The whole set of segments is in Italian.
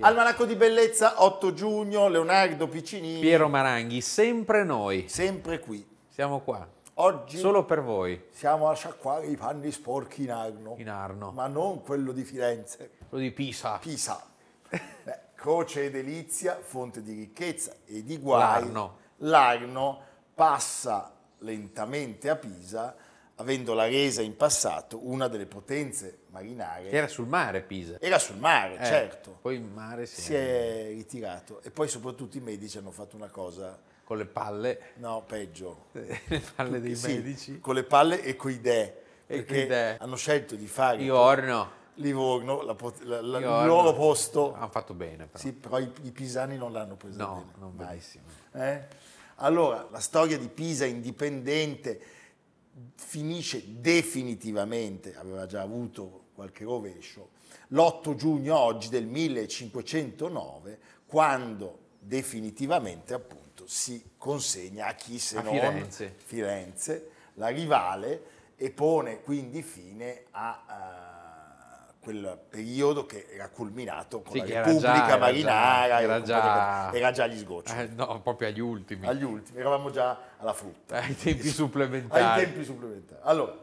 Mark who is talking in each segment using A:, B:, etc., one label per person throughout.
A: Almanacco di Bellezza, 8 giugno, Leonardo Piccinini.
B: Piero Maranghi, sempre noi,
A: Sempre qui.
B: siamo qua,
A: Oggi
B: solo per voi,
A: siamo a sciacquare i panni sporchi in Arno,
B: in Arno,
A: ma non quello di Firenze,
B: quello di Pisa,
A: Pisa. Beh, croce e delizia, fonte di ricchezza e di guai.
B: L'Arno.
A: L'Arno passa lentamente a Pisa, avendola resa in passato una delle potenze marinare.
B: che era sul mare Pisa.
A: Era sul mare,
B: Eh,
A: certo.
B: Poi in mare si,
A: Si è ritirato e poi soprattutto i medici hanno fatto una cosa,
B: con le palle,
A: no, peggio.
B: le palle dei
A: Sì,
B: medici.
A: Con le palle e coi dè.
B: E coi
A: Perché
B: dè.
A: hanno scelto di fare
B: Io orno.
A: Livorno, la pot- la- la-
B: Io Ah. orno.
A: il loro posto.
B: Hanno fatto bene però.
A: Sì, però i, i pisani non l'hanno preso
B: No,
A: bene.
B: non
A: mai.
B: benissimo.
A: Eh? Allora, la storia di Pisa indipendente finisce definitivamente, aveva già avuto qualche rovescio, l'8 giugno oggi del 1509, quando definitivamente appunto si consegna a chi se
B: A
A: non
B: Firenze.
A: Firenze, la rivale, e pone quindi fine a eh, quel periodo che era culminato con
B: Sì,
A: la
B: che era
A: Repubblica
B: già- era
A: Marinara,
B: già- era
A: e con quelle
B: già-
A: che- era già agli sgocci.
B: Eh, no, proprio agli ultimi.
A: Agli ultimi, eravamo già alla frutta.
B: Ai tempi
A: Ai
B: supplementari.
A: tempi supplementari. Allora,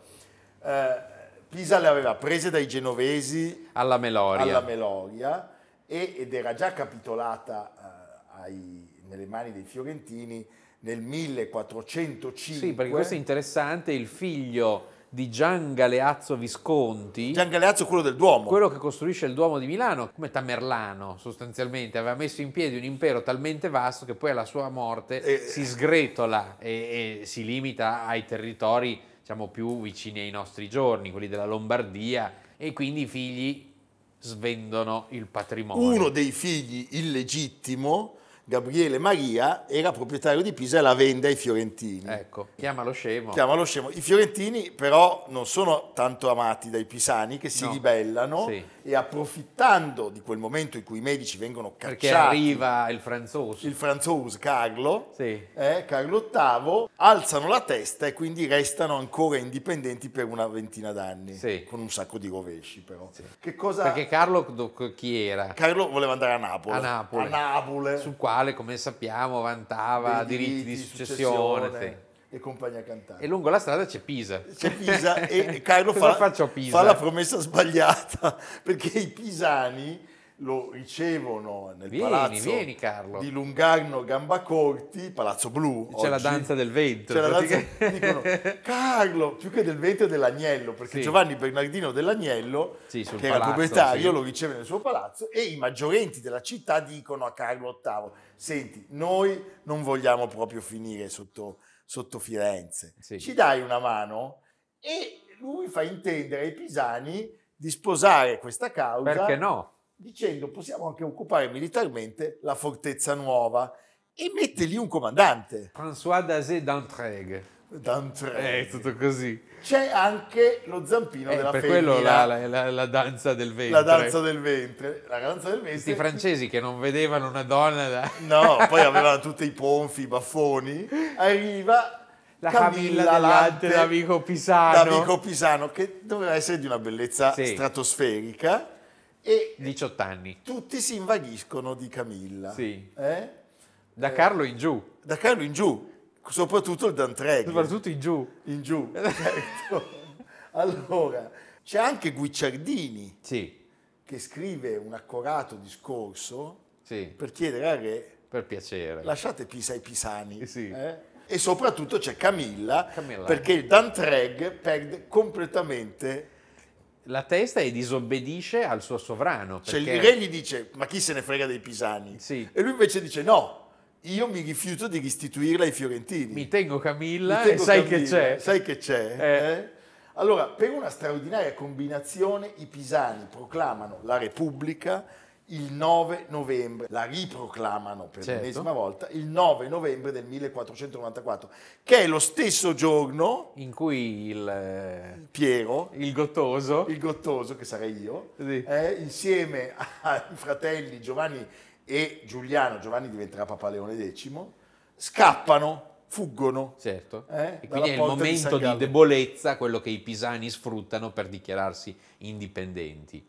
A: eh, Pisa le aveva prese dai genovesi
B: Alla Meloria.
A: alla Meloria e- ed era già capitolata eh, ai- nelle mani dei fiorentini nel 1405.
B: Sì, perché questo è interessante. Il figlio di Gian Galeazzo Visconti,
A: Gian Galeazzo, quello del Duomo.
B: quello che costruisce il Duomo di Milano, come Tamerlano sostanzialmente, aveva messo in piedi un impero talmente vasto che poi alla sua morte
A: Eh.
B: si sgretola e, e si limita ai territori diciamo, più vicini ai nostri giorni, quelli della Lombardia, e quindi i figli svendono il patrimonio.
A: Uno dei figli illegittimo, Gabriele Maria, era proprietario di Pisa e la vende ai fiorentini.
B: Ecco, chiama lo scemo.
A: Chiama lo scemo. I fiorentini però non sono tanto amati dai pisani che si
B: No.
A: ribellano
B: Sì.
A: e approfittando di quel momento in cui i medici vengono cacciati,
B: perché arriva il franzoso.
A: il franzoso Carlo,
B: Sì.
A: eh, Carlo VIII, alzano la testa e quindi restano ancora indipendenti per una ventina d'anni,
B: Sì.
A: con un sacco di rovesci però.
B: Sì.
A: Che cosa...
B: Perché Carlo do- chi era?
A: Carlo voleva andare a Napoli.
B: A Napoli.
A: A Napoli.
B: Sul quale, come sappiamo, vantava
A: dei
B: diritti di successione.
A: e compagnia
B: sì. E
A: cantante.
B: lungo la strada c'è Pisa.
A: C'è Pisa e Carlo
B: Cosa
A: fa,
B: faccio a Pisa?
A: fa la promessa sbagliata perché i pisani lo ricevono nel
B: Vieni,
A: palazzo
B: vieni, Carlo.
A: di Lungarno Gambacorti, Palazzo Blu.
B: C'è la
A: oggi.
B: danza del vento.
A: C'è la danza- dicono
B: praticamente.
A: Carlo, più che del vento e dell'agnello, perché
B: Sì.
A: Giovanni Bernardino dell'Agnello,
B: Sì, sul
A: che era il
B: palazzo,
A: proprietario,
B: sì.
A: lo riceve nel suo palazzo e i maggiorenti della città dicono a Carlo VIII, senti, noi non vogliamo proprio finire sotto, sotto Firenze,
B: Sì.
A: ci dai una mano? E lui fa intendere ai pisani di sposare questa causa
B: Perché no?
A: dicendo possiamo anche occupare militarmente la fortezza nuova e mette lì un comandante.
B: François Dazé d'Antreg.
A: D'Antrè.
B: Eh, È tutto così.
A: C'è anche lo zampino
B: Eh,
A: della
B: per
A: femmina,
B: quello la,
A: la,
B: la- la- la danza del vento.
A: danza del ventre. La danza del
B: Questi
A: ventre.
B: francesi che non vedevano una donna da...
A: No, poi avevano tutti i ponfi, i baffoni. Arriva
B: La Camilla del Latte d'amico Pisano.
A: D'amico Pisano, che doveva essere di una bellezza
B: Sì.
A: stratosferica. E
B: 18 anni.
A: tutti si invaghiscono di Camilla.
B: Sì.
A: Eh?
B: Da Carlo in giù,
A: da Carlo in giù, soprattutto il Dantreghi.
B: soprattutto in giù.
A: in giù, certo. allora, c'è anche Guicciardini
B: Sì,
A: che scrive un accorato discorso
B: sì,
A: per chiedere al re
B: per piacere.
A: lasciate Pisa ai pisani.
B: Sì.
A: eh? E soprattutto c'è Camilla,
B: Camilla.
A: perché il Dantreg perde completamente.
B: La testa e disobbedisce al suo sovrano.
A: Cioè
B: perché-
A: il re gli dice, ma chi se ne frega dei pisani?
B: Sì.
A: E lui invece dice, no, io mi rifiuto di restituirla ai fiorentini.
B: Mi tengo Camilla
A: Mi tengo
B: e sai che
A: Camilla,
B: c'è.
A: Sai che c'è.
B: Eh.
A: eh? Allora, per una straordinaria combinazione, i pisani proclamano la Repubblica il 9 novembre, la riproclamano per
B: Certo.
A: l'ennesima volta, il 9 novembre del 1494, che è lo stesso giorno,
B: In cui il, eh,
A: Piero,
B: il gottoso...
A: il gottoso, che sarei io,
B: Sì.
A: eh, insieme ai fratelli Giovanni e Giuliano, Giovanni diventerà Papa Leone X, scappano, fuggono.
B: Certo.
A: Eh, dalla
B: e quindi è il
A: porta di San
B: momento di,
A: Gallo.
B: debolezza, quello che i pisani sfruttano per dichiararsi indipendenti.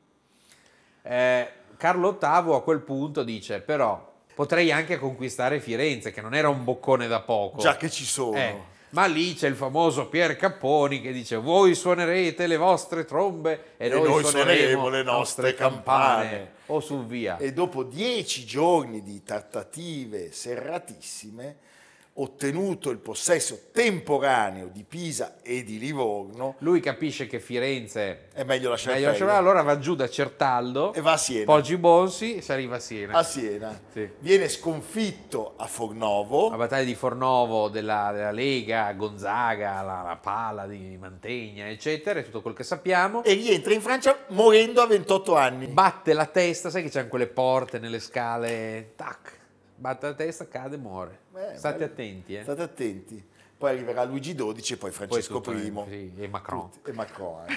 B: Eh, Carlo VIII a quel punto dice però potrei anche conquistare Firenze, che non era un boccone da poco.
A: Già che ci sono.
B: Eh, ma lì c'è il famoso Pier Capponi che dice voi suonerete le vostre trombe e,
A: E noi suoneremo le nostre campane."
B: O su via.
A: E dopo dieci giorni di trattative serratissime, ottenuto il possesso temporaneo di Pisa e di Livorno,
B: Lui capisce che Firenze
A: è meglio lasciare
B: Meglio
A: perdere.
B: lasciarlo, allora va giù da Certaldo
A: Certo. e va a Siena.
B: Poggi Bonsi si arriva a Siena.
A: A Siena.
B: Sì.
A: Viene sconfitto a Fornovo.
B: La battaglia di Fornovo, della, della Lega, Gonzaga, la, la pala di Mantegna, eccetera, e tutto quel che sappiamo.
A: e rientra in Francia morendo a 28 anni.
B: Batte la testa, sai che c'è quelle porte nelle scale, tac, batte la testa, cade, muore.
A: Eh,
B: State
A: bello.
B: attenti, eh.
A: State attenti. Poi arriverà Luigi XII e poi Francesco
B: tutto, eh,
A: I.
B: sì, e Macron.
A: Tutti- E Macron anche.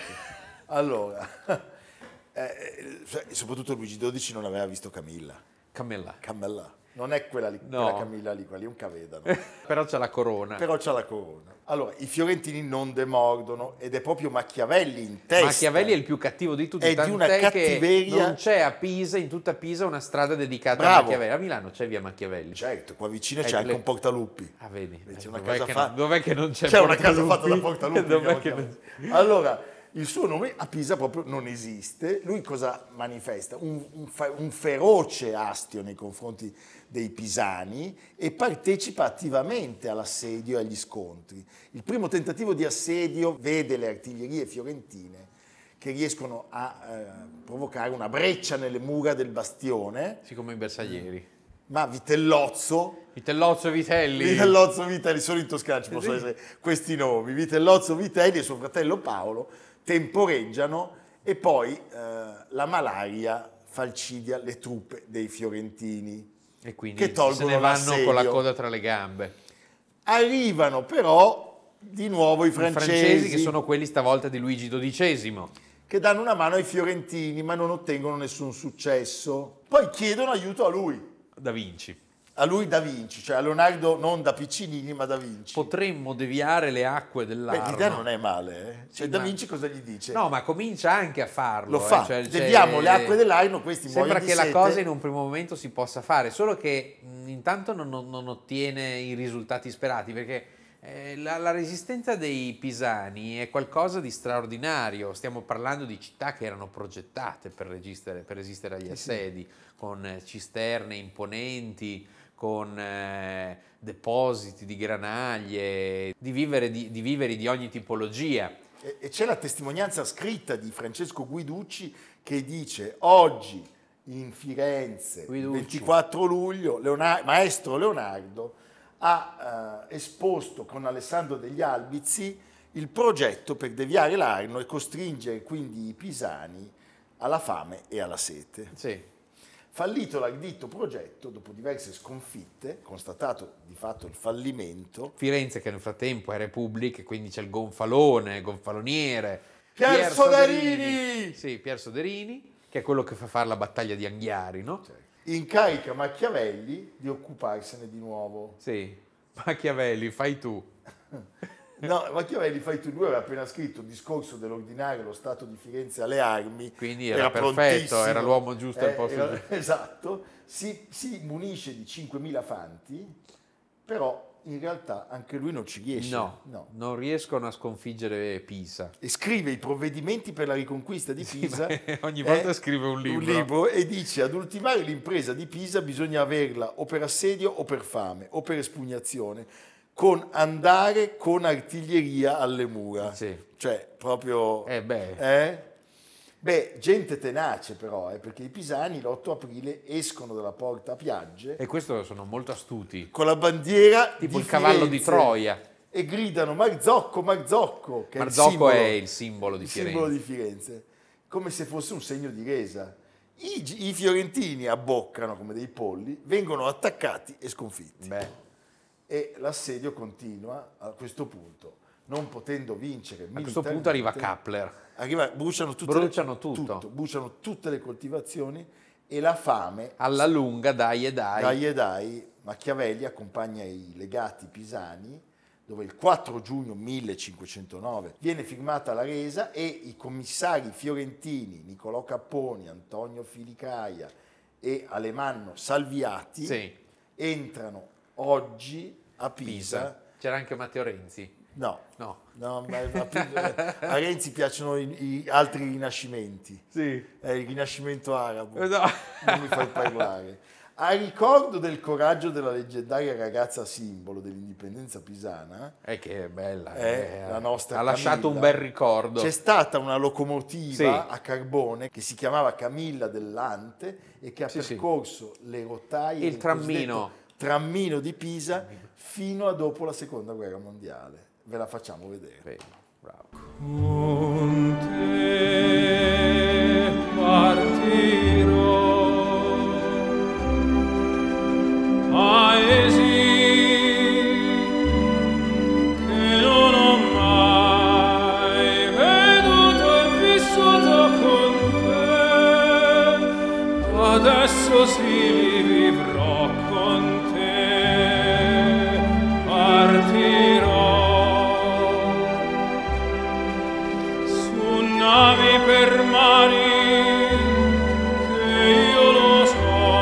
A: allora, eh, cioè, soprattutto Luigi XII non aveva visto Camilla.
B: Camilla.
A: Camella. Non è quella lì,
B: No.
A: quella Camilla lì, quella lì è un cavedano.
B: Però c'è la corona.
A: Però c'ha la corona. Allora, i fiorentini non demordono ed è proprio Machiavelli in testa.
B: Machiavelli è il più cattivo di tutti,
A: È di
B: tant'è
A: una
B: che
A: cattiveria-
B: non c'è a Pisa, in tutta Pisa, una strada dedicata a
A: Bravo.
B: Machiavelli. A Milano c'è via Machiavelli.
A: Certo, qua vicino
B: Eh,
A: c'è anche
B: le-
A: un portaluppi.
B: Ah, vedi,
A: Vedi, c'è
B: eh,
A: una
B: dov'è,
A: casa
B: che
A: fa-
B: non, dov'è che non c'è
A: C'è una casa
B: Portaluppi?
A: fatta da diciamo Portaluppi.
B: Dov'è
A: chiama
B: che non-
A: Machiavelli. Allora, il suo nome a Pisa proprio non esiste. Lui cosa manifesta? Un, un fe- un feroce astio nei confronti dei pisani e partecipa attivamente all'assedio e agli scontri. Il primo tentativo di assedio vede le artiglierie fiorentine che riescono a eh, provocare una breccia nelle mura del bastione,
B: Siccome i bersaglieri.
A: ma Vitellozzo
B: Vitellozzo e Vitelli.
A: Vitellozzo Vitelli, solo in Toscana ci possono
B: Sì.
A: essere questi nomi. Vitellozzo Vitelli e suo fratello Paolo temporeggiano e poi eh, la malaria falcidia le truppe dei fiorentini.
B: E quindi
A: che tolgono
B: se ne vanno con la
A: l'assedio.
B: coda tra le gambe.
A: Arrivano però di nuovo i
B: I
A: francesi,
B: che sono quelli stavolta di Luigi XII.
A: che danno una mano ai fiorentini ma non ottengono nessun successo. Poi chiedono aiuto a lui,
B: Da Vinci.
A: a lui da Vinci, cioè a Leonardo non da Piccinini ma da Vinci.
B: Potremmo deviare le acque
A: Beh,
B: dell'Arno.
A: l'idea non è male, eh.
B: Sì,
A: Cioè, da
B: ma-
A: Vinci cosa gli dice?
B: No, ma comincia anche a farlo.
A: Lo
B: eh,
A: fa.
B: cioè, c'è-
A: Deviamo le acque dell'Aino, questi
B: Sembra
A: muoiono di
B: che la
A: sete.
B: cosa in un primo momento si possa fare, solo che mh, intanto non, non- non ottiene i risultati sperati, perché eh, la, la resistenza dei pisani è qualcosa di straordinario. Stiamo parlando di città che erano progettate per, resistere- per resistere agli assedi, con eh, cisterne imponenti, con eh, depositi di granaglie, di vivere di- di viveri di ogni tipologia.
A: E, e c'è la testimonianza scritta di Francesco Guiducci che dice oggi in Firenze, il
B: Guiducci.
A: 24 luglio, Leona- maestro Leonardo ha eh, esposto con Alessandro degli Albizi il progetto per deviare l'Arno e costringere quindi i pisani alla fame e alla sete.
B: Sì.
A: Fallito l'ardito progetto, dopo diverse sconfitte, constatato di fatto il fallimento,
B: Firenze che nel frattempo è Repubblica, quindi c'è il gonfalone, gonfaloniere.
A: Pier Soderini!
B: Sì, Pier Soderini, che è quello che fa fare la battaglia di Anghiari, no?
A: incarica Machiavelli di occuparsene di nuovo.
B: Sì. Machiavelli, fai tu.
A: No, Machiavelli fai tu due aveva appena scritto discorso dell'ordinario lo Stato di Firenze alle armi.
B: Quindi era perfetto,
A: prontissimo. Eh,
B: era l'uomo giusto al posto
A: era-
B: giusto.
A: Esatto, si, si munisce di 5.000 fanti, però in realtà anche lui non ci riesce.
B: No, non riescono a sconfiggere Pisa.
A: E scrive i provvedimenti per la riconquista di
B: Sì,
A: Pisa. Eh,
B: ma ogni volta scrive un libro.
A: e dice ad ultimare l'impresa di Pisa bisogna averla o per assedio o per fame o per espugnazione, con andare con artiglieria alle mura.
B: Sì.
A: Cioè, proprio...
B: Eh beh,
A: Eh? Beh, gente tenace però, eh, perché i pisani l'8 aprile escono dalla porta a Piagge
B: e questo sono molto astuti.
A: con la bandiera
B: Tipo
A: di
B: il cavallo di
A: Firenze
B: Troia.
A: e gridano Marzocco, Marzocco, che
B: Marzocco
A: è
B: è
A: il
B: il simbolo
A: simbolo,
B: di
A: il
B: Firenze.
A: simbolo di Firenze, come se fosse un segno di resa. I, gi- i fiorentini abboccano come dei polli, vengono attaccati e sconfitti.
B: Beh,
A: E l'assedio continua a questo punto, non potendo vincere.
B: a questo punto arriva
A: militarmente,
B: Kapler.
A: Arriva- bruciano, tutte
B: Bruciano
A: le,
B: tutto.
A: Bruciano tutte le coltivazioni e la fame,
B: Alla lunga, dai e dai.
A: dai e dai, Machiavelli accompagna i legati pisani, dove il 4 giugno 1509 viene firmata la resa e i commissari fiorentini Niccolò Capponi, Antonio Filicaia e Alemanno Salviati
B: Sì,
A: entrano oggi a Pisa.
B: Pisa. C'era anche Matteo Renzi.
A: No,
B: No.
A: no, ma- ma più- a Renzi piacciono i- i altri rinascimenti.
B: Sì.
A: È il rinascimento arabo.
B: No.
A: Non mi fai parlare. A ricordo del coraggio della leggendaria ragazza simbolo dell'indipendenza pisana,
B: È che è bella.
A: eh,
B: eh.
A: la nostra
B: Ha lasciato
A: Camilla,
B: un bel ricordo.
A: C'è stata una locomotiva
B: Sì.
A: a carbone che si chiamava Camilla dell'Ante e che ha
B: Sì, sì.
A: percorso le rotaie
B: Il
A: del
B: trammino.
A: cosiddetto trammino di Pisa fino a dopo la seconda guerra mondiale. Ve la facciamo vedere.
B: Beh, bravo.
C: Con te partirò paesi che non ho mai veduto e vissuto con te. Adesso sì li vivrò con te. Partirò su navi per mari che io lo so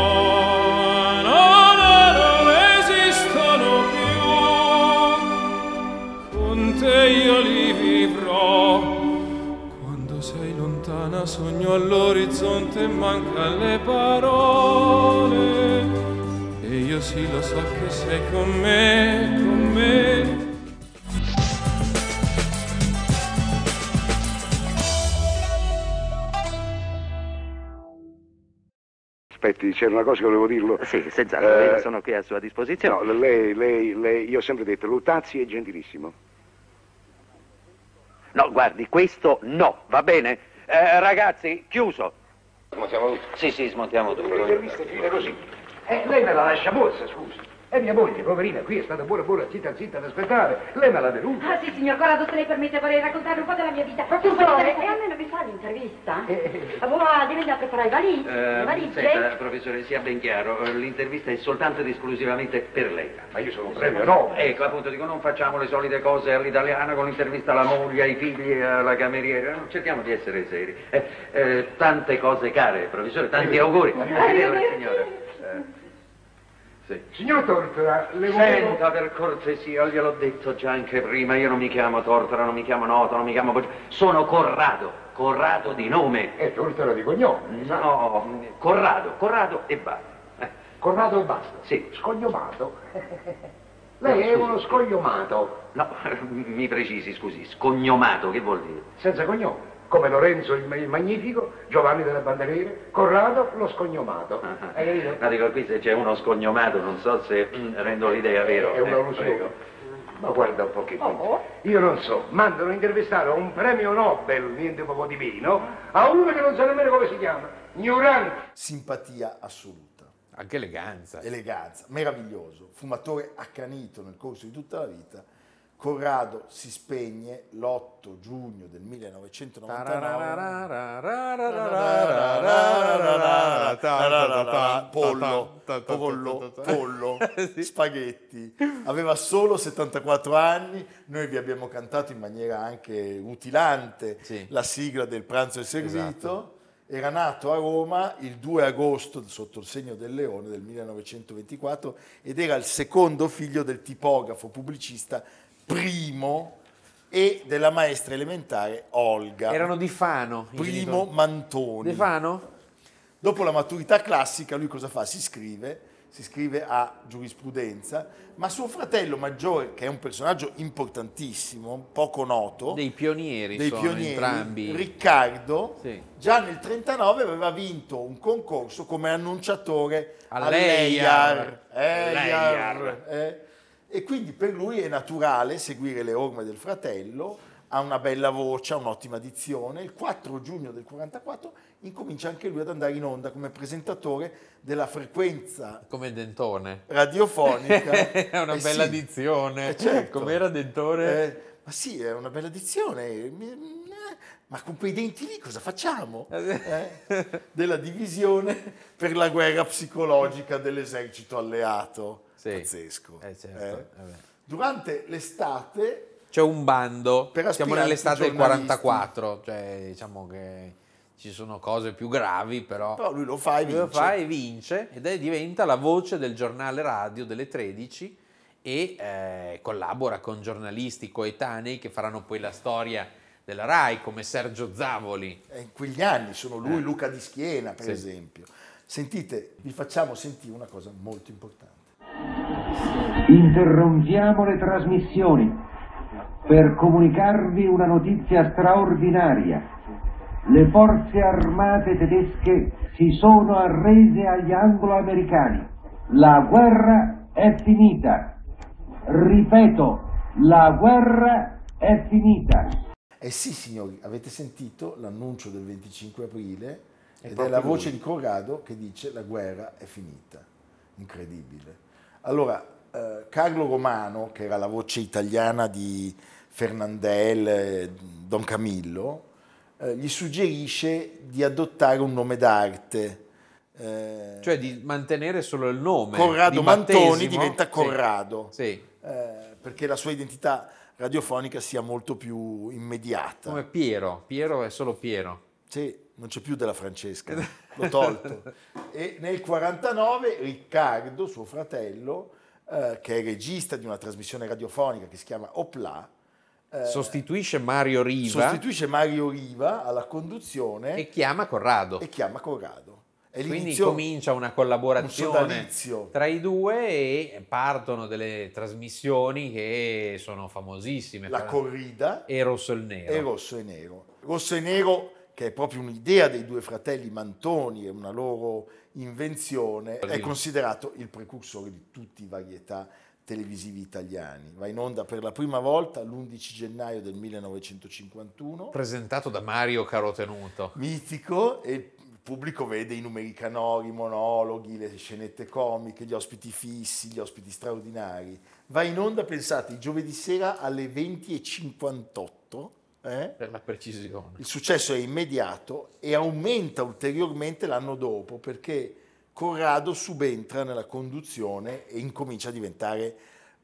C: non, non esistono più con te io li vivrò quando sei lontana sogno all'orizzonte mancan le parole e io sì lo so che sei con me con me
D: Aspetti, c'era una cosa che volevo dirlo.
E: Sì, senz'altro,
D: Eh,
E: io sono qui a sua disposizione.
D: No, lei, lei, lei, io ho sempre detto, Luttazzi è gentilissimo.
E: No, guardi, questo no, va bene? Eh, ragazzi, chiuso.
F: Smontiamo tutto.
E: Sì, sì, smontiamo tutto.
G: Eh, lei me la lascia mossa, scusi. È mia moglie, poverina, qui è stata buona buona zitta zitta ad aspettare. Lei me l'ha venuta.
H: Ah sì, signor Corrado, se lei permette vorrei raccontare un po' della mia vita.
G: Ma tu
H: Vorrei
G: no,
H: sapere-
G: eh.
H: E almeno mi fa l'intervista?
G: Eh.
H: Ah, Voi deve andare a preparare i valigie,
I: Eh,
H: le valigie.
E: Eh, professore, sia ben chiaro, eh, l'intervista è soltanto ed esclusivamente per lei.
G: Ma io sono un premio no. Eh,
E: Ecco, appunto, dico, non facciamo le solite cose all'italiana con l'intervista alla moglie, ai figli, eh, alla cameriera. no? Cerchiamo di essere seri. Eh, eh, tante cose care, professore, tanti auguri. Arrivederla, signora. Eh, sì.
G: Signor Tortora, le volevo...
E: Senta per cortesia, gliel'ho detto già anche prima, io non mi chiamo Tortora, non mi chiamo Noto, non mi chiamo Bocci- sono Corrado, Corrado di nome.
G: È Eh, Tortora di cognome.
E: No, Corrado, Corrado e basta. Eh,
G: Corrado e basta.
E: Sì.
G: Scognomato. lei è uno scognomato.
E: No, mi precisi, scusi, scognomato, che vuol dire?
G: Senza cognome. Come Lorenzo il, il Magnifico, Giovanni della Bandeliere, Corrado lo Eh, scognomato. Hai capito?
J: Ah,
E: Ma dico, qui se c'è uno scognomato, non so se mm, rendo l'idea, vero?
G: È
J: Ecco,
E: Eh,
G: un'allusione.
E: prego.
G: Ma guarda un po' che conto. Io non so, mandano a intervistare a un premio Nobel, niente poco di meno, a uno che non sa nemmeno come si chiama. Ignorante.
A: Simpatia assoluta.
B: Anche eleganza.
A: eleganza, meraviglioso, fumatore accanito nel corso di tutta la vita, Corrado si spegne l'8 giugno del 1999. No, no, no, no, no, pollo,
B: ta- ta- ta-
A: pollo,
B: ta- ta- ta-
A: pollo,
B: Sì.
A: spaghetti. Aveva solo 74 anni, noi vi abbiamo cantato in maniera anche utilante
B: Sì.
A: la sigla del pranzo e servito.
B: Esatto.
A: Era nato a Roma il 2 agosto sotto il segno del leone del 1924 ed era il secondo figlio del tipografo pubblicista primo e della maestra elementare Olga.
B: Erano di Fano. i
A: primo
B: genitori.
A: Mantoni.
B: Di Fano?
A: Dopo la maturità classica, lui cosa fa? Si iscrive, si iscrive a giurisprudenza, ma suo fratello maggiore, che è un personaggio importantissimo, poco noto,
B: Dei pionieri
A: dei
B: sono
A: pionieri,
B: entrambi.
A: Riccardo,
B: Sì.
A: già nel 39 aveva vinto un concorso come annunciatore
B: All'Eiar.
A: all'Eiar. Eiar, eh. E quindi per lui è naturale seguire le orme del fratello, ha una bella voce, ha un'ottima dizione. Il 4 giugno del 44 incomincia anche lui ad andare in onda come presentatore della frequenza
B: Come Dentone.
A: radiofonica.
B: È una
A: Eh
B: bella
A: sì.
B: dizione.
A: Eh, certo.
B: Com'era Dentone?
A: Eh, ma sì, è una bella dizione. Mi- eh, Ma con quei denti lì cosa facciamo? Eh? Della divisione per la guerra psicologica dell'esercito alleato.
B: Sì.
A: Pazzesco.
B: Eh, certo, vabbè.
A: Durante l'estate
B: C'è un bando.
A: Per
B: Siamo
A: aspiranti
B: nell'estate del
A: giornalisti.
B: 44. Cioè, diciamo che ci sono cose più gravi, però.
A: Però lui lo fa e
B: Lui lo
A: vince.
B: fa e vince ed è, diventa la voce del giornale radio delle 13 e eh, collabora con giornalisti coetanei che faranno poi la storia della RAI come Sergio Zavoli.
A: Eh, in quegli anni sono lui,
B: Eh.
A: Luca di Schiena, per
B: Sì.
A: esempio. Sentite, vi facciamo sentire una cosa molto importante.
F: Interrompiamo le trasmissioni per comunicarvi una notizia straordinaria. Le forze armate tedesche si sono arrese agli anglo-americani. La guerra è finita. Ripeto, la guerra è finita.
A: Eh sì, signori, avete sentito l'annuncio del 25 aprile
B: È
A: ed è
B: proprio
A: la
B: lui.
A: voce di Corrado che dice la guerra è finita. Incredibile. Allora, eh, Carlo Romano, che era la voce italiana di Fernandel, eh, Don Camillo, eh, gli suggerisce di adottare un nome d'arte. eh,
B: Cioè di mantenere solo il nome.
A: Corrado
B: di
A: Mantoni
B: battesimo.
A: diventa
B: Sì.
A: Corrado.
B: Sì.
A: eh, perché la sua identità radiofonica sia molto più immediata.
B: Come Piero. Piero è solo Piero.
A: Sì, non c'è più della Francesca, l'ho tolto. E nel 49 Riccardo, suo fratello, eh, che è regista di una trasmissione radiofonica che si chiama Opla, eh,
B: Sostituisce Mario Riva
A: sostituisce Mario Riva alla conduzione
B: e
A: e,
B: chiama Corrado.
A: chiama Corrado. È
B: Quindi
A: l'inizio-
B: comincia una
A: un
B: collaborazione
A: sodalizio.
B: tra i due e partono delle trasmissioni che sono famosissime.
A: la
B: Fra-
A: corrida
B: e Rosso il Nero.
A: e rosso e nero. Rosso e nero, che è proprio un'idea dei due fratelli Mantoni, è una loro invenzione, è considerato il precursore di tutti i varietà televisivi italiani. Va in onda per la prima volta l'11 gennaio del 1951,
B: Presentato da Mario Carotenuto.
A: mitico, e il pubblico vede i numeri canori, i monologhi, le scenette comiche, gli ospiti fissi, gli ospiti straordinari. Va in onda, pensate, il giovedì sera alle 20.58. Eh?
B: Per la precisione.
A: Il successo è immediato e aumenta ulteriormente l'anno dopo perché Corrado subentra nella conduzione e incomincia a diventare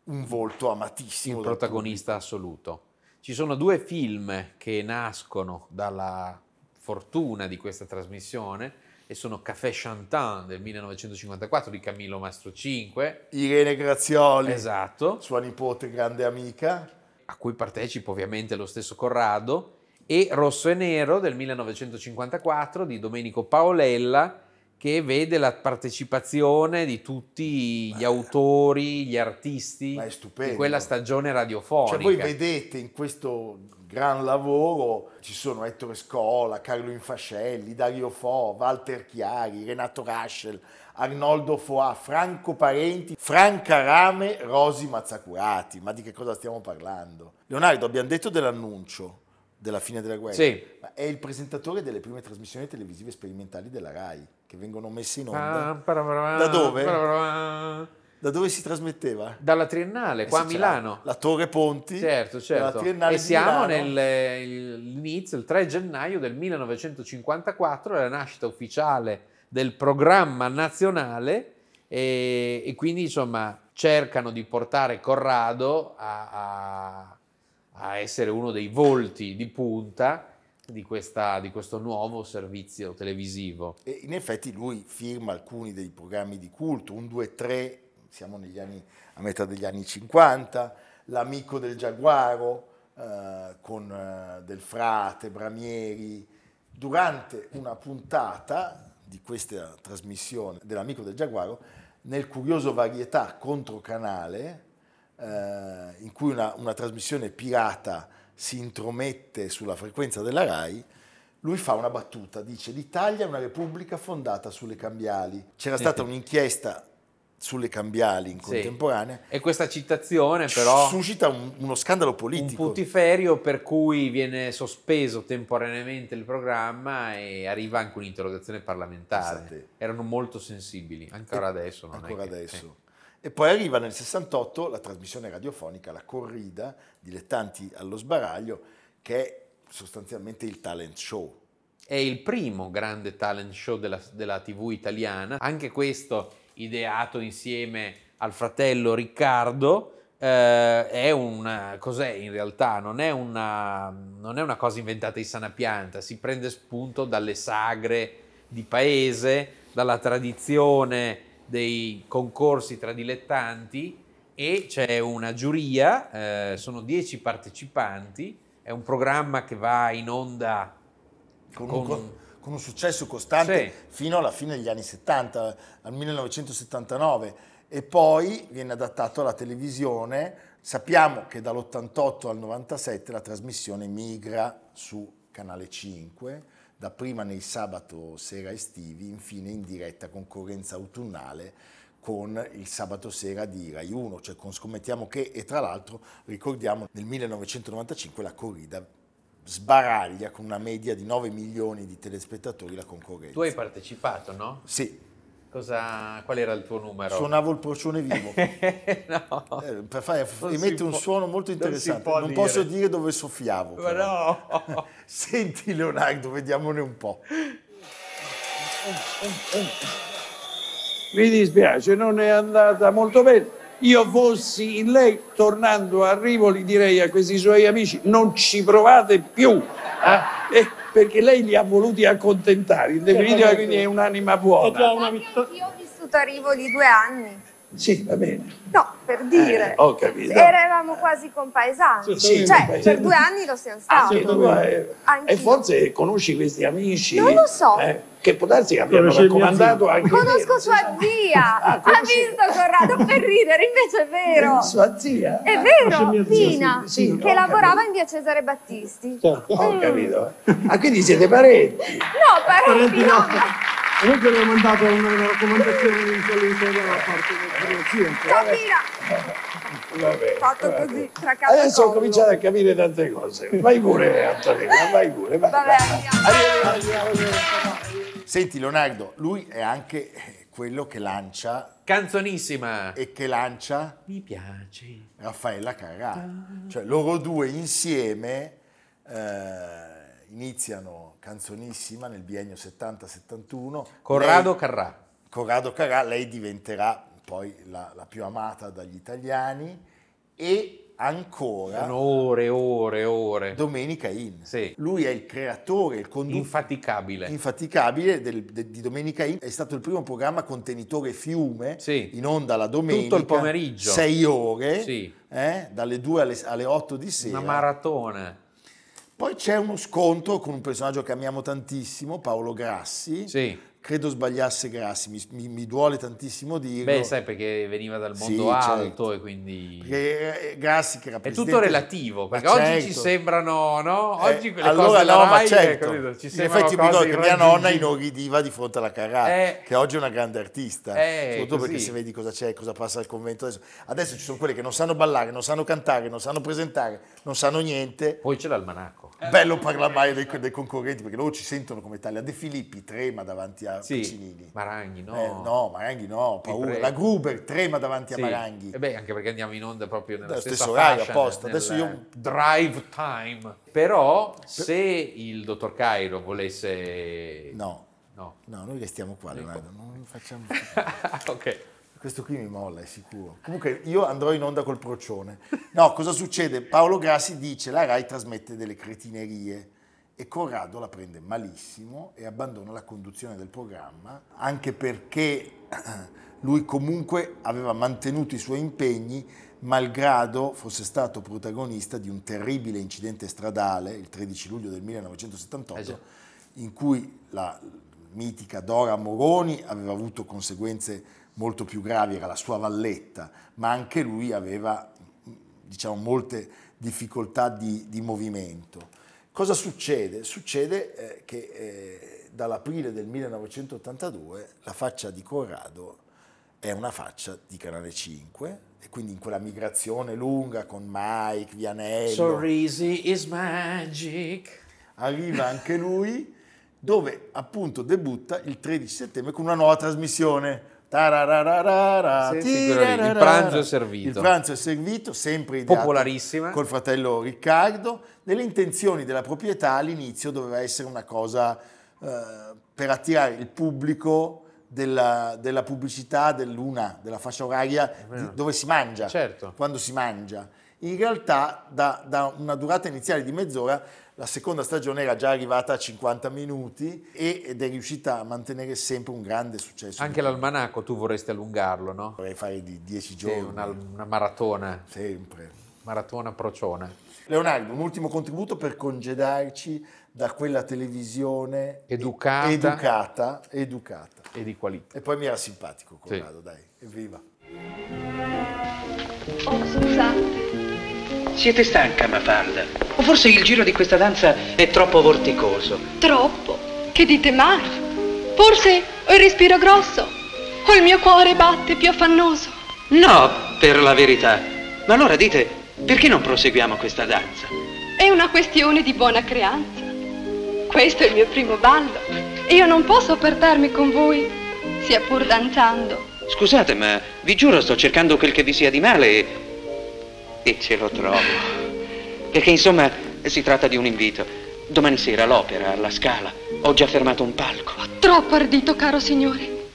A: un volto amatissimo.
B: Il
A: dal
B: protagonista assoluto. Ci sono due film che nascono dalla fortuna di questa trasmissione e sono Café Chantant del 1954 di Camillo Mastro 5,
A: pubblico. Irene Grazioli,
B: esatto,
A: sua nipote grande amica,
B: a cui partecipa ovviamente lo stesso Corrado, e Rosso e Nero del 1954 di Domenico Paolella, che vede la partecipazione di tutti gli autori, gli artisti
A: ma è stupendo.
B: di quella stagione radiofonica.
A: Cioè voi vedete in questo gran lavoro ci sono Ettore Scola, Carlo Infascelli, Dario Fo, Walter Chiari, Renato Raschel, Arnoldo Foà, Franco Parenti, Franca Rame, Rosi Mazzacurati. Ma di che cosa stiamo parlando? Leonardo, abbiamo detto dell'annuncio della fine della guerra.
B: Sì.
A: Ma è il presentatore delle prime trasmissioni televisive sperimentali della RAI, che vengono messe in onda.
B: Da
A: Da dove? Da dove si trasmetteva?
B: Dalla Triennale, qua
A: Eh
B: a
A: sì, c'era
B: Milano.
A: La Torre Ponti.
B: Certo, certo.
A: La Triennale
B: E
A: di
B: siamo eh,
A: Milano.
B: nell'inizio, il 3 gennaio del 1954, è la nascita ufficiale del programma nazionale e, e quindi insomma cercano di portare Corrado a, a- a essere uno dei volti di punta di, questa- di questo nuovo servizio televisivo.
A: E in effetti lui firma alcuni dei programmi di culto, un 2-3, siamo negli anni, a metà degli anni 50, l'amico del Giaguaro eh, con eh, del frate, Bramieri, durante una puntata di questa trasmissione dell'amico del Giaguaro, nel curioso varietà controcanale, eh, in cui una, una trasmissione pirata si intromette sulla frequenza della RAI, lui fa una battuta, dice l'Italia è una repubblica fondata sulle cambiali. C'era stata un'inchiesta sulle cambiali in
B: Sì.
A: contemporanea,
B: E questa citazione però...
A: suscita un- uno scandalo
B: un
A: politico.
B: putiferio per cui viene sospeso temporaneamente il programma e arriva anche un'interrogazione parlamentare.
A: Pensate.
B: Erano molto sensibili, ancora
A: Esatto. E-
B: adesso. Non è
A: ancora
B: che-
A: adesso.
B: eh.
A: E poi arriva nel 68 la trasmissione radiofonica La Corrida, Dilettanti allo sbaraglio, che è sostanzialmente il talent show.
B: È il primo grande talent show della, della TV italiana, anche questo ideato insieme al fratello Riccardo. eh, è un cos'è in realtà? Non è, una, non è una cosa inventata in sana pianta, si prende spunto dalle sagre di paese, dalla tradizione dei concorsi tra dilettanti e c'è una giuria, eh, sono 10 partecipanti, è un programma che va in onda
A: con,
B: con-
A: un, con- con un successo costante
B: Sì.
A: fino alla fine degli anni 70, al 1979, e poi viene adattato alla televisione. Sappiamo che dall'88 al 97 la trasmissione migra su Canale 5, dapprima nei sabato sera estivi, infine in diretta concorrenza autunnale con il sabato sera di Rai 1, cioè con Scommettiamo che, e tra l'altro ricordiamo nel 1995 la corrida sbaraglia con una media di 9 milioni di telespettatori la concorrenza.
B: Tu hai partecipato, no?
A: Sì,
B: Cosa, qual era il tuo numero?
A: suonavo il porcione vivo.
B: no.
A: Eh, per fare,
B: Non si
A: emette un
B: può-
A: suono molto
B: non si
A: interessante.
B: può
A: Non,
B: dire.
A: posso dire dove soffiavo.
B: Ma
A: però.
B: no.
A: Senti Leonardo, vediamone un po'.
J: Mi dispiace, non è andata molto bene. Io fossi in lei, tornando a Rivoli, direi a questi suoi amici: non ci provate più, eh? Eh, perché lei li ha voluti accontentare. In
B: Certo.
J: definitiva, quindi è un'anima buona.
K: Io ho
L: Oh,
K: vissuto a Rivoli due anni.
J: Sì, va bene.
K: No, per dire.
J: Eh, ho capito.
K: Eravamo quasi compaesani.
J: Sì,
K: cioè,
J: compaesani.
K: per due anni lo siamo
J: Ah,
K: stati.
J: sì, tu, eh,
K: Anch'io.
J: e forse conosci questi amici?
K: Non lo so.
J: eh, che può darsi che abbiano raccomandato anche
K: Conosco sua zia.
J: Ah,
K: ha
J: conosci- Eh,
K: visto Corrado per ridere, invece è vero.
J: Sua zia.
K: È vero,
J: zia,
K: Pina,
J: sì, sì,
K: che
J: ho capito.
K: lavorava
J: Certo,
K: in via Cesare Battisti.
J: Ho
K: Mm.
J: capito. Ah, quindi siete parenti.
K: No, parenti no. Ciao Pina,
J: Vabbè,
K: fatto
J: vabbè.
K: così, tra capo e
J: Adesso ho
K: collo.
J: cominciato a capire tante cose. Vai pure, Antonella, vai pure. Vai,
K: Vabbè,
J: vai.
K: andiamo.
J: Arrivederci, arrivederci.
A: Senti Leonardo, lui è anche eh, quello che lancia
B: Canzonissima.
A: e che lancia
B: Mi piace.
A: Raffaella Carrà. Cioè loro due insieme eh, iniziano canzonissima nel biennio 70-71.
B: Corrado
A: Lei-
B: Carrà.
A: Corrado Carrà, lei diventerà poi la, la più amata dagli italiani e ancora
B: Sono ore, ore, ore.
A: Domenica In.
B: Sì.
A: Lui è il creatore, il conduttore
B: Infaticabile.
A: infaticabile del- de- di Domenica In. È stato il primo programma contenitore fiume
B: Sì.
A: in onda la domenica.
B: Tutto il pomeriggio.
A: Sei ore,
B: Sì.
A: eh, dalle 2 alle, alle 8 di sera.
B: Una maratona.
A: Poi c'è uno scontro con un personaggio che amiamo tantissimo, Paolo Grassi.
B: Sì.
A: Credo sbagliasse Grassi, mi, mi- mi duole tantissimo dirlo.
B: Beh, sai perché veniva dal
A: Sì,
B: mondo
A: certo.
B: alto e quindi...
A: Perché, eh, Grassi che era
B: È
A: presidente-
B: tutto relativo,
A: Ma
B: perché oggi ci
A: certo.
B: sembrano, no?
A: Eh,
B: Oggi quelle
A: allora
B: cose della
A: no, ma
B: Rai, eh,
A: certo.
B: capito? ci
A: In
B: sembrano
A: effetti mi ricordo
B: cose
A: che mia nonna
B: irraggiungibili.
A: inorridiva di fronte alla Carrà,
B: Eh.
A: che oggi è una grande artista,
B: Eh,
A: soprattutto
B: così.
A: perché se vedi cosa c'è, cosa passa al convento adesso. Adesso ci sono quelle che non sanno ballare, non sanno cantare, non sanno presentare, non sanno niente.
B: Poi c'è l'almanacco.
A: Bello parlare mai dei, dei concorrenti perché loro ci sentono come taglia. De Filippi trema davanti a
B: Sì,
A: Piccinini.
B: Maranghi, no?
A: Eh, no, Maranghi no,
B: Ti
A: paura.
B: prego.
A: La Gruber trema davanti
B: Sì. Eh
A: a Maranghi.
B: E beh, anche perché andiamo in onda proprio nella
A: Nello
B: stessa
A: stesso orario,
B: fascia,
A: apposta.
B: nel-
A: Adesso io-
B: Drive time. Però, se il dottor Cairo volesse...
A: No.
B: No.
A: No, noi restiamo qua,
B: Ecco.
A: Leonardo, non facciamo...
B: ok.
A: Questo qui mi molla, è sicuro. Comunque io andrò in onda col procione. No, cosa succede? Paolo Grassi dice la RAI trasmette delle cretinerie e Corrado la prende malissimo e abbandona la conduzione del programma, anche perché lui comunque aveva mantenuto i suoi impegni malgrado fosse stato protagonista di un terribile incidente stradale il 13 luglio del 1978
B: Eh già.
A: in cui la mitica Dora Moroni aveva avuto conseguenze molto più gravi, era la sua valletta, ma anche lui aveva diciamo, molte difficoltà di, di movimento. Cosa succede? Succede eh, che eh, dall'aprile del 1982 la faccia di Corrado è una faccia di Canale 5 e quindi in quella migrazione lunga con Mike, Vianello,
B: Sorrisi is magic.
A: arriva anche lui, dove appunto debutta il 13 settembre con una nuova trasmissione. Tararararara,
B: Sì, sì, quello lì, il
A: tirararara.
B: pranzo è servito.
A: Il pranzo è servito, sempre ideato
B: Popolarissima.
A: col fratello Riccardo. Nelle intenzioni della proprietà all'inizio doveva essere una cosa eh, per attirare il pubblico della, della pubblicità del luna, della fascia oraria di- dove si mangia
B: Certo.
A: quando si mangia. In realtà, da, da una durata iniziale di mezz'ora, la seconda stagione era già arrivata a 50 minuti e- ed è riuscita a mantenere sempre un grande successo.
B: Anche l'almanacco tu vorresti allungarlo, no?
A: Vorrei fare di 10
B: Sì,
A: giorni.
B: una, una maratona,
A: Sempre.
B: maratona procione.
A: Leonardo, un ultimo contributo per congedarci da quella televisione
B: Educata.
A: educata, educata.
B: e di qualità.
A: E poi mi era simpatico
B: Sì.
A: Corrado, dai, evviva.
H: Oh, Susa,
I: Siete stanca, Mafalda? O forse il giro di questa danza è troppo vorticoso?
L: Troppo. Che dite male? Forse ho il respiro grosso o il mio cuore batte più affannoso.
I: No, per la verità. Ma allora dite, perché non proseguiamo questa danza?
L: È una questione di buona creanza. Questo è il mio primo ballo e io non posso appartarmi con voi, sia pur danzando.
I: Scusate, ma vi giuro sto cercando quel che vi sia di male e... e ce lo trovo. Perché insomma, si tratta di un invito. Domani sera all'opera, alla Scala. Ho già fermato un palco.
L: Troppo ardito, caro signore.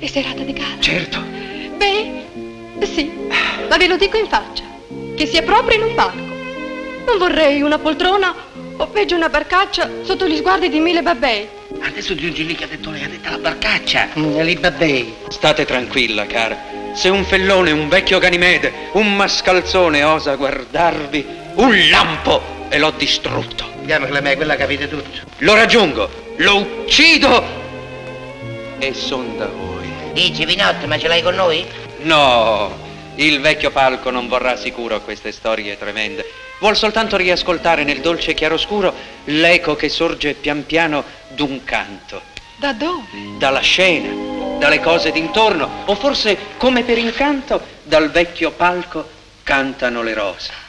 L: È serata di gala.
I: Certo.
L: Beh, sì, ma ve lo dico in faccia, che sia proprio in un palco. Non vorrei una poltrona o peggio una barcaccia sotto gli sguardi di mille babbei.
M: Adesso giungi lì che ha detto lei, ha detto la barcaccia.
I: State tranquilla, cara. Se un fellone, un vecchio Ganimede, un mascalzone osa guardarvi, un lampo e l'ho distrutto.
M: Andiamo che la me, quella capite tutto.
I: Lo raggiungo, lo uccido e son da voi.
M: Dici Pinotto, ma ce l'hai con noi?
I: No, il vecchio palco non vorrà sicuro queste storie tremende. Vuol soltanto riascoltare nel dolce chiaroscuro l'eco che sorge pian piano d'un canto,
L: Da dove?
I: dalla scena, dalle cose d'intorno, o forse, come per incanto, dal vecchio palco cantano le rose.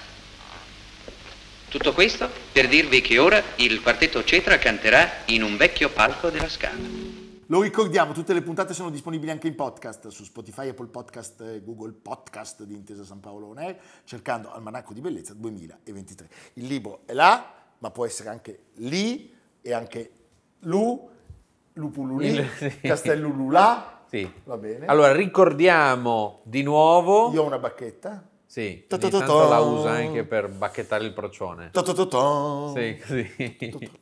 I: Tutto questo per dirvi che ora il quartetto Cetra canterà in un vecchio palco della Scala.
A: Lo ricordiamo, tutte le puntate sono disponibili anche in podcast su Spotify, Apple Podcast, eh, Google Podcast di Intesa San Paolo On Air, cercando Almanacco di Bellezza 2023. Il libro è là, ma può essere anche lì e anche lu, lupululì,
B: Il-
A: castellululà,
B: Sì.
A: va bene.
B: Allora ricordiamo di nuovo.
A: Io ho una bacchetta.
B: Sì,
A: Ta ta
B: ogni
A: ta
B: tanto la
A: ta.
B: usa anche per bacchettare il procione.
A: To-to-to-to.
B: Sì, così.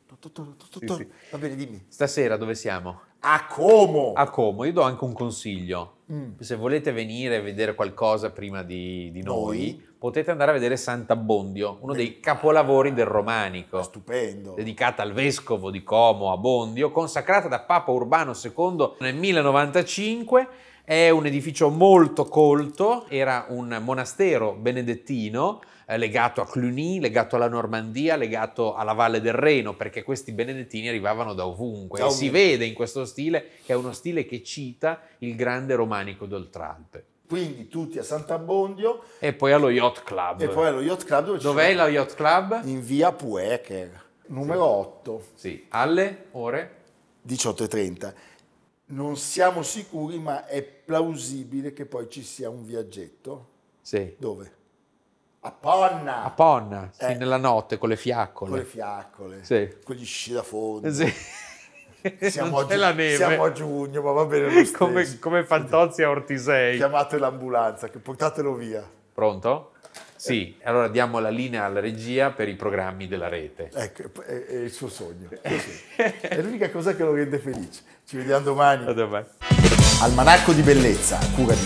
A: To-to-to-to.
B: Sì,
A: Va bene, dimmi.
B: Stasera dove siamo?
A: A Como!
B: A Como, io do anche un consiglio.
A: Mm.
B: Se volete venire e vedere qualcosa prima di, di noi,
A: Noi.
B: potete andare a vedere Sant'Abbondio, uno dei capolavori del romanico.
A: Stupendo.
B: dedicata al vescovo di Como Abondio, consacrata da Papa Urbano II nel 1095. È un edificio molto colto, era un monastero benedettino eh, legato a Cluny, legato alla Normandia, legato alla Valle del Reno, perché questi benedettini arrivavano da ovunque.
A: Da
B: E si
A: ovunque.
B: vede in questo stile che è uno stile che cita il grande romanico d'Oltralpe.
A: Quindi tutti a Sant'Abbondio
B: E poi allo Yacht Club.
A: e poi Mm. allo Yacht Club dove ci
B: Dov'è
A: sono-
B: lo Yacht Club?
A: in via Puecher, numero 8,
B: Sì, alle ore
A: 18.30. Non siamo sicuri, ma è plausibile che poi ci sia un viaggetto.
B: sì.
A: Dove? A Ponna!
B: A Ponna, sì,
A: Eh.
B: nella notte, con le fiaccole.
A: Con le fiaccole,
B: Sì.
A: con gli sci da fondo.
B: Sì.
A: Siamo
B: Non
A: a
B: c'è
A: giu-
B: la neve.
A: siamo a giugno, ma va bene lo stesso.
B: Come, come Fantozzi a Ortisei.
A: Chiamate l'ambulanza, che portatelo via.
B: Pronto? Sì, allora diamo la linea alla regia per i programmi della rete.
A: Ecco, è, è il suo sogno. Sì, sì. È l'unica cosa che lo rende felice. Ci vediamo domani.
B: Eh,
A: Almanacco di bellezza, a cura di